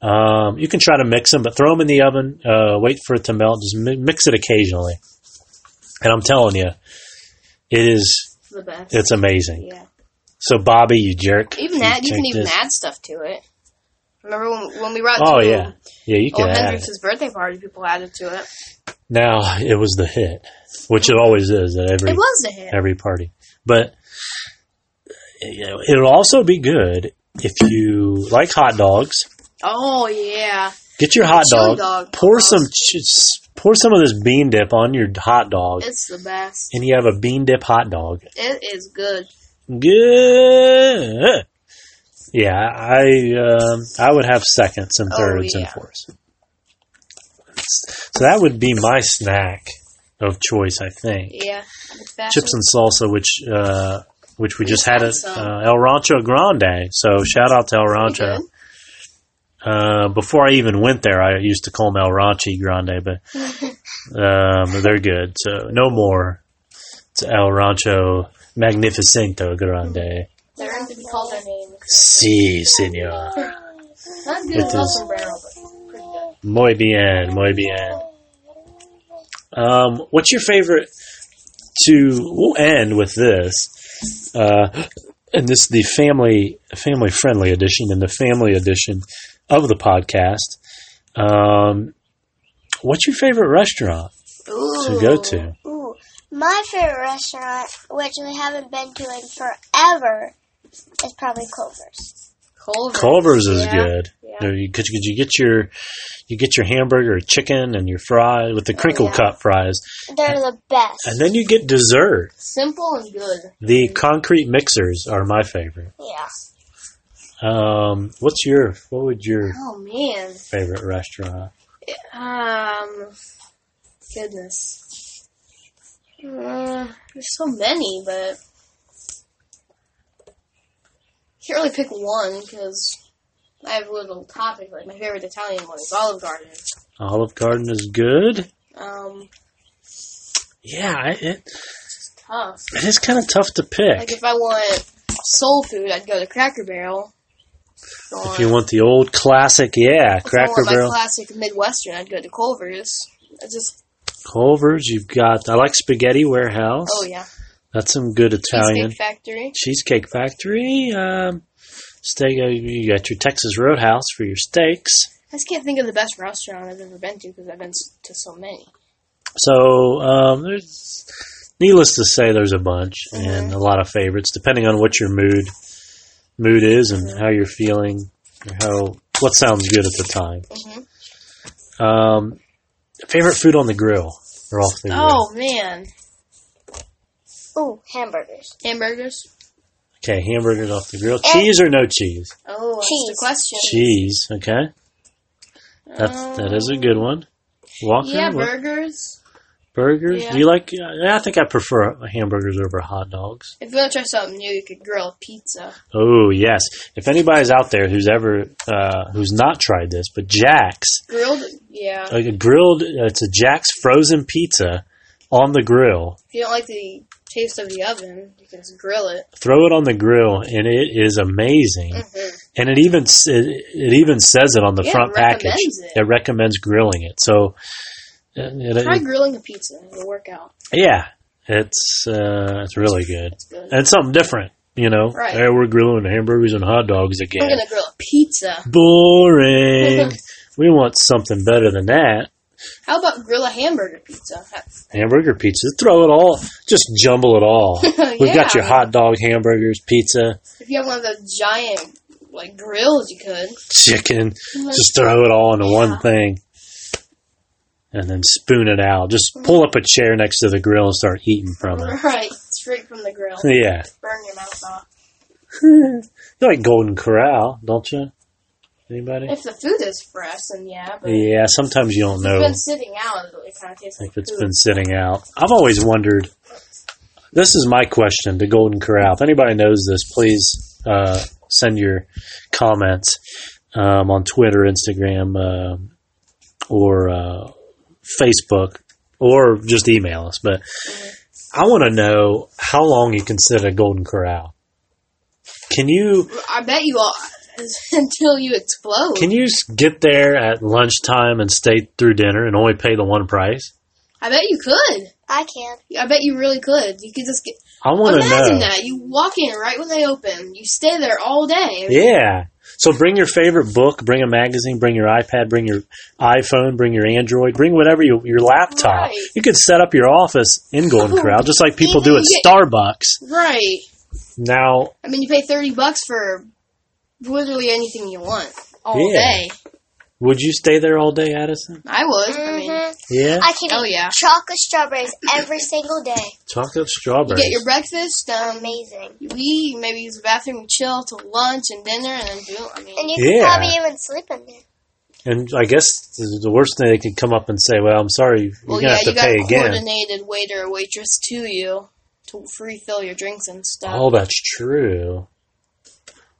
Um, you can try to mix them, but throw them in the oven. Uh, wait for it to melt. Just mi- mix it occasionally. And I'm telling you, it is The best. It's amazing. yeah. So Bobby, you jerk. Even that, you can jerked even it. add stuff to it. Remember when, when we were out Oh to yeah, yeah, you can Old add it. Hendrix's birthday party, people added to it. Now it was the hit, which it always is at every It was a hit. every party. But you know, it'll also be good if you like hot dogs. Oh yeah. Get your hot Chili dog, dog pour sauce. some ch- s- pour some of this bean dip on your hot dog, It's the best. and you have a bean dip hot dog. It is good. Good. Yeah, I um, I would have seconds and Oh, thirds and yeah. fourths. So that would be my snack of choice, I think. Yeah. The fashion- Chips and salsa, which uh, which we just had had at some. uh, El Rancho Grande. So shout out to El Pretty Rancho. good. Uh, before I even went there, I used to call them El Ranchi Grande, but um, they're good. So no more. It's El Rancho Magnificento Grande. They're going to be called their name. Si, senor. Not as good It as El is. Sombrero, but pretty good. Muy bien, muy bien. Um, what's your favorite? To we'll end with this, uh, and this is the family family friendly edition and the family edition of the podcast. Um, what's your favorite restaurant to Ooh. go to? Oh, Ooh, my favorite restaurant, which we haven't been to in forever, is probably Culver's. Culver's. Culver's is Yeah. good. Yeah. There You, could, could you get your you get your hamburger, chicken, and your fries with the crinkle Oh, yeah. cut fries, They're the best. and then you get dessert. Simple and good. The concrete mixers are my favorite. yeah. Um, what's your what would your Oh, man. favorite restaurant? Um, goodness. Uh, there's so many, but can't really pick one because I have a little topic. Like my favorite Italian one is Olive Garden. Olive Garden is good. Um, Yeah, I- it, tough. it is kind of tough to Like pick. if I want soul food, I'd go to Cracker Barrel. If you want the old classic, yeah, If I Cracker want Barrel, my classic Midwestern, I'd go to Culver's. I just Culver's. You've got I like Spaghetti Warehouse. oh yeah, That's some good Italian. Cheesecake Factory. Cheesecake Factory. Um, steak. uh, You got your Texas Roadhouse for your steaks. I just can't think of the best restaurant I've ever been to because I've been s- to so many. So um, there's, needless to say, there's a bunch and a lot of favorites, depending on what your mood mood is and how you're feeling, or how what sounds good at the time. hmm Um, favorite food on the grill or off the grill? Oh man, Ooh, hamburgers. hamburgers. Okay, hamburgers off the grill. Eh. Cheese or no cheese? Oh, that's Cheese. the question. Cheese. Okay, that's that is a good one. Walker, Um, Yeah, what- burgers. burgers. yeah. Do you like? uh, I think I prefer hamburgers over hot dogs. If you want to try something new, you could grill pizza. Oh yes! If anybody's out there who's ever uh, who's not tried this, but Jack's Grilled, yeah. like a grilled, it's a Jack's frozen pizza on the grill. If you don't like the taste of the oven, you can just grill it. Throw it on the grill, and it is amazing. Mm-hmm. And it even s- it, it even says it on the Yeah, it front package. recommends it. recommends grilling it. So uh, it- Try it- grilling a pizza. It'll work out. yeah, it's uh, it's really good. It's good. And it's something different, you know. Right. Hey, we're grilling hamburgers and hot dogs again. I'm gonna grill a pizza. Boring. we want something better than that. How about grill a hamburger pizza? Hamburger pizza. Throw it all. Just jumble it all. We've got Yeah. your hot dog, hamburgers, pizza, If you have one of those giant like grills, you could. chicken. Just throw it all into one Yeah. thing. And then spoon it out. Just pull up a chair next to the grill and start eating from it. Right, straight from the grill. Yeah. Burn your mouth off. you like Golden Corral, don't you? Anybody? If the food is fresh, then yeah. But Yeah, sometimes you don't if it's know been sitting out, it kind of tastes like if it's food. been sitting out. I've always wondered. This is my question to Golden Corral. If anybody knows this, please uh, send your comments um, on Twitter, Instagram, um or uh, Facebook, or just email us. But I want to know how long you consider Golden Corral. Can you I bet you all until you explode. can you s- get there at lunchtime and stay through dinner and only pay the one price? I bet you could. I can. I bet you really could. You could just get. I want to know. Imagine that you walk in right when they open. You stay there all day. Yeah. So bring your favorite book, bring a magazine, bring your iPad, bring your iPhone, bring your Android, bring whatever you, your laptop. Right. You could set up your office in Golden Corral, just like people do at Even get- Starbucks. Right. Now, I mean, you pay thirty bucks for literally anything you want all Yeah. day. would you stay there all day, Addison? I would. I mean, hmm Yeah. I can Oh, eat yeah. chocolate strawberries every single day. Chocolate you strawberry. get your breakfast. Um, Amazing. you eat. Maybe use the bathroom, and chill till lunch and dinner, and then do. I mean, And you can Yeah. probably even sleep in there. and I guess the the worst thing they could come up and say, well, I'm sorry, you're well, going yeah, to you have to pay got a again. coordinated waiter or waitress to you to refill your drinks and stuff. Oh, that's true.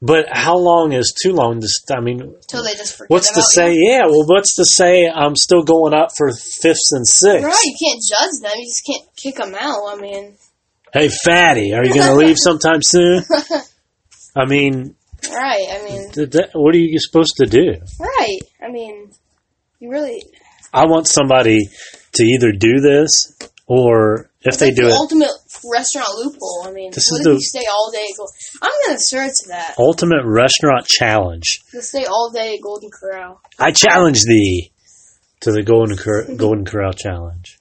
But how long is too long to? St- I mean, till they just forget. what's to about say? You. Yeah, well, what's to say? I'm still going up for fifths and sixths. Right, you can't judge them. You just can't kick them out. I mean, Hey, fatty, are you going to leave sometime soon? I mean, right. I mean, th- that, what are you supposed to do? right. I mean, you really. I want somebody to either do this or if they It's do the it, ultimate restaurant loophole. I mean, This is what if the- you stay all day? At Gol- I'm gonna search Oh. that. ultimate restaurant challenge. You stay all day at Golden Corral. I challenge thee to the Golden Cor- Golden Corral challenge.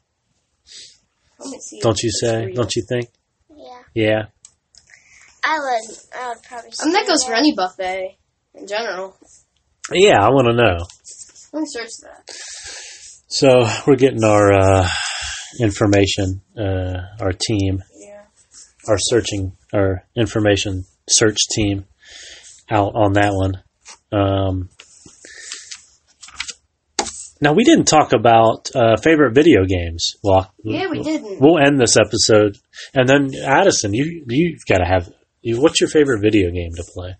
Let me see. Don't you It's say? real. Don't you think? Yeah. Yeah. I would. I would probably. I mean, Um, that goes for say any buffet in general. Yeah, I want to know. Let me search that. So we're getting our uh, information, uh, our team, Yeah. Mm-hmm. our searching, our information search team out on that one. Um, now we didn't talk about uh, favorite video games. Well, Yeah, we didn't. We'll end this episode, and then Addison, you you've got to have. You, what's your favorite video game to play?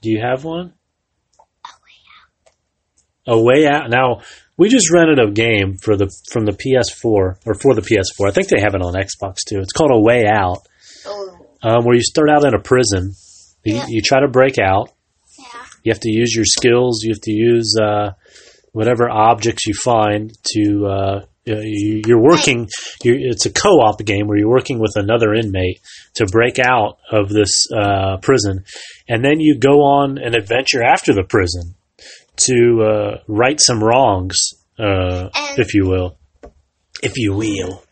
Do you have one? A way out. Now we just rented a game for the from the PS4 or for the PS4. I think they have it on Xbox too. It's called A Way Out, Oh. um, where you start out in a prison. You, Yeah. you try to break out. Yeah. You have to use your skills. You have to use uh, whatever objects you find to. Uh, you- you- you're working. You're, it's a co-op game where you're working with another inmate to break out of this uh, prison, and then you go on an adventure after the prison to uh, right some wrongs, uh, And- if you will, if you will.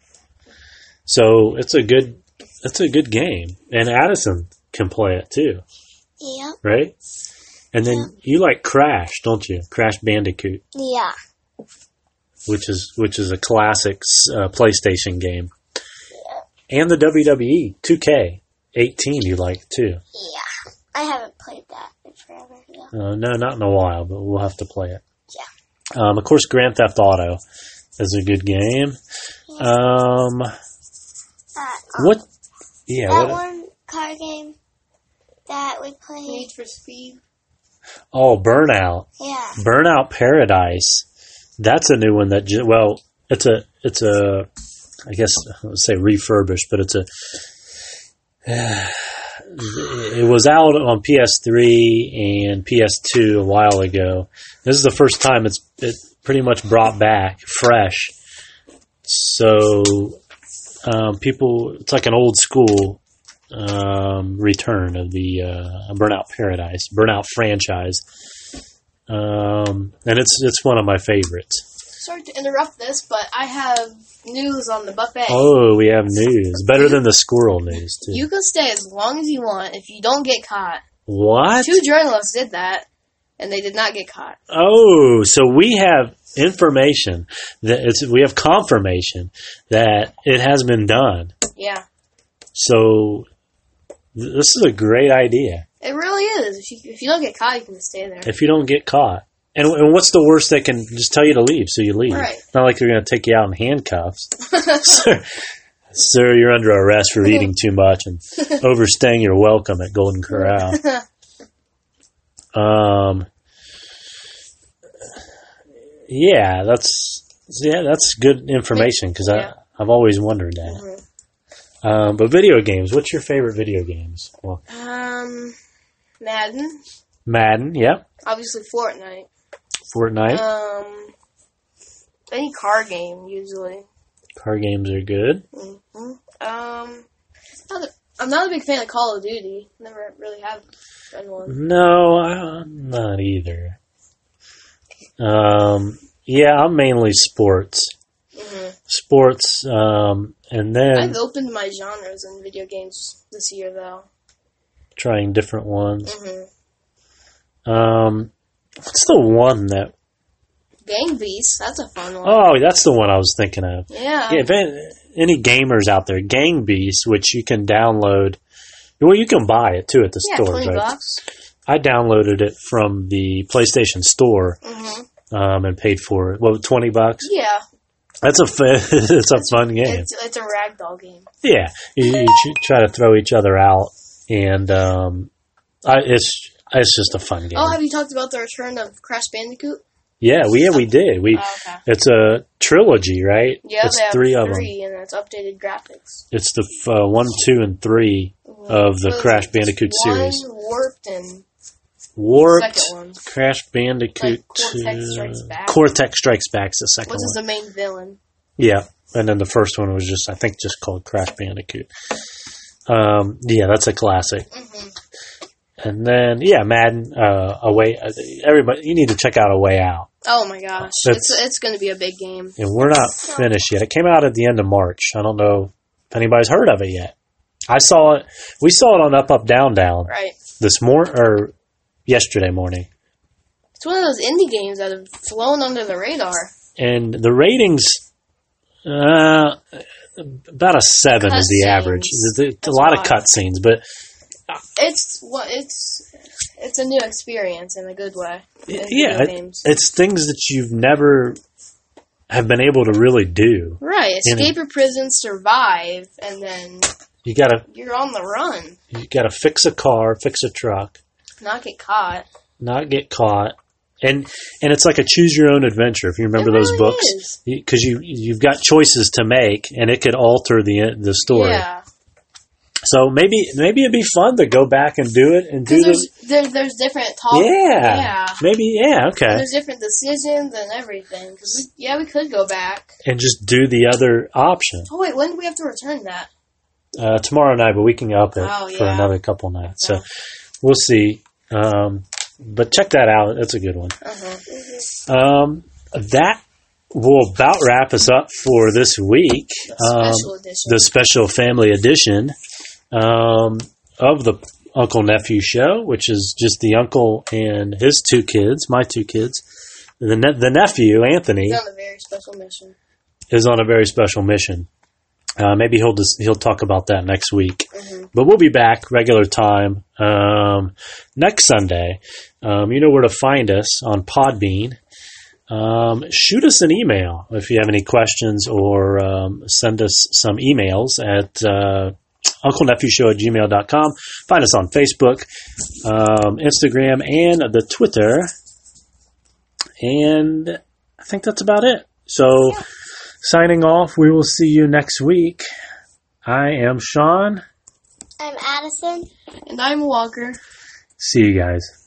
So it's a good, it's a good game, and Addison can play it too Yeah. right? And then you like Crash, don't you? Crash Bandicoot, Yeah. which is which is a classic uh, PlayStation game, and the E, WWE 2K18 you like too. Yeah. I haven't played that in forever. Yeah. Uh, no, not in a while, but we'll have to play it. Yeah. Um, of course, Grand Theft Auto is a good game. Um, That, um, what? Yeah. That What, one car game that we played. Need for Speed. oh, Burnout. Yeah. Burnout Paradise. That's a new one that ju- well, it's a it's a I guess I would say refurbished, but it's a it was out on PS3 and PS2 a while ago. This is the first time it's it pretty much brought back fresh. So um, people, it's like an old school um, return of the uh, Burnout Paradise, Burnout franchise um, and it's it's one of my favorites. Sorry to interrupt this, but I have news on the buffet. Oh, we have news better than the squirrel news too. You can stay as long as you want if you don't get caught. what? Two journalists did that, and they did not get caught. Oh, so we have information that it's we have confirmation that it has been done. Yeah, So th- this is a great idea. it really is. If you, if you don't get caught, you can just stay there. If you don't get caught, and, and what's the worst they can just tell you to leave? So you leave. Right. Not like they're going to take you out in handcuffs. sir, sir, you're under arrest for eating too much and overstaying your welcome at Golden Corral. Um, yeah, that's yeah, that's good information because Yeah. I I've always wondered that. Mhm. Um, but video games, what's your favorite video games? Well, Um, Madden, Madden, yep, obviously Fortnite. Fortnite, Um, any car game usually. car games are good. hmm Um, not a- I'm not a big fan of Call of Duty. Never really have done Mm-hmm. one. No, I'm not either. Um, yeah, I'm mainly sports, hmm sports, um, and then I've opened my genres in video games this year, though. trying different ones. hmm Um, what's the one that? Gang Beasts, that's a fun one. Oh, that's the one I was thinking of. yeah. Yeah, if any, any gamers out there, Gang Beast, which you can download. Well, you can buy it too at the Yeah, store. 20 but bucks. I downloaded it from the PlayStation Store hmm um, and paid for it. Well, twenty bucks. Yeah, That's a f- it's a fun game. it's, it's a ragdoll game. Yeah, you, you ch- try to throw each other out and um, I, it's it's just a fun game. Oh, have you talked about the return of Crash Bandicoot? yeah, we yeah we did we. Oh, okay. It's a trilogy, right? Yeah, it's they have three of them. three, and it's updated graphics. It's the f- uh, one, two, and three of the Well, Crash Bandicoot one series. warped and Warped, second one. Crash Bandicoot, Like Cortex Strikes Back. Cortex Strikes Back's the second Which one. is the main villain? Yeah, and then the first one was just I think just called Crash Bandicoot. Um, yeah, that's a classic. hmm And then yeah, Madden, uh, Away. Everybody, you need to check out A Way Out. Oh my gosh, That's- it's it's going to be a big game. And we're not finished yet. It came out at the end of March. I don't know if anybody's heard of it yet. I saw it. We saw it on Up Up Down Down Right. this morning or yesterday morning. It's one of those indie games that have flown under the radar. and the ratings uh, about a seven is the Cutscenes. average. There's- there's A That's lot of why. cutscenes, but It's what it's it's a new experience in a good way. in yeah, video it- games. it's things that you've never have been able to really do. Right, in escape your prison, survive, and then You gotta you're on the run. you gotta fix a car, fix a truck, Not get caught. not get caught, and and it's like a choose your own adventure. If you remember It those really books, is. because you you've got choices to make, and it could alter the the story. Yeah, So maybe maybe it'd be fun to go back and do it and do because there's the there, there's different talk. yeah, yeah. maybe yeah okay. And there's different decisions and everything. Cause we, yeah, we could go back. and just do the other option Oh wait, when do we have to return that? uh, tomorrow night, but we can up it Oh, for yeah. another couple nights. Yeah. So we'll see. Um, but check that out. That's a good one. Uh-huh. Mm-hmm. Um, that will about wrap us up for this week. Um, Special edition. the special family edition um, of the Uncle Nephew Show, which is just the uncle and his two kids, my two kids. The, ne- the nephew, Anthony, He's on a very special mission. is on a very special mission. Uh, maybe he'll just, he'll talk about that next week. Mhm. But we'll be back regular time um, next Sunday. Um, you know where to find us on Podbean. Um, shoot us an email if you have any questions or um, send us some emails at uh, unclenephewshow at gmail.com. Find us on Facebook, um, Instagram, and the Twitter. And I think that's about it. So, signing off, we will see you next week. I am Sean. I'm Um, Addison. And I'm Walker. See you guys.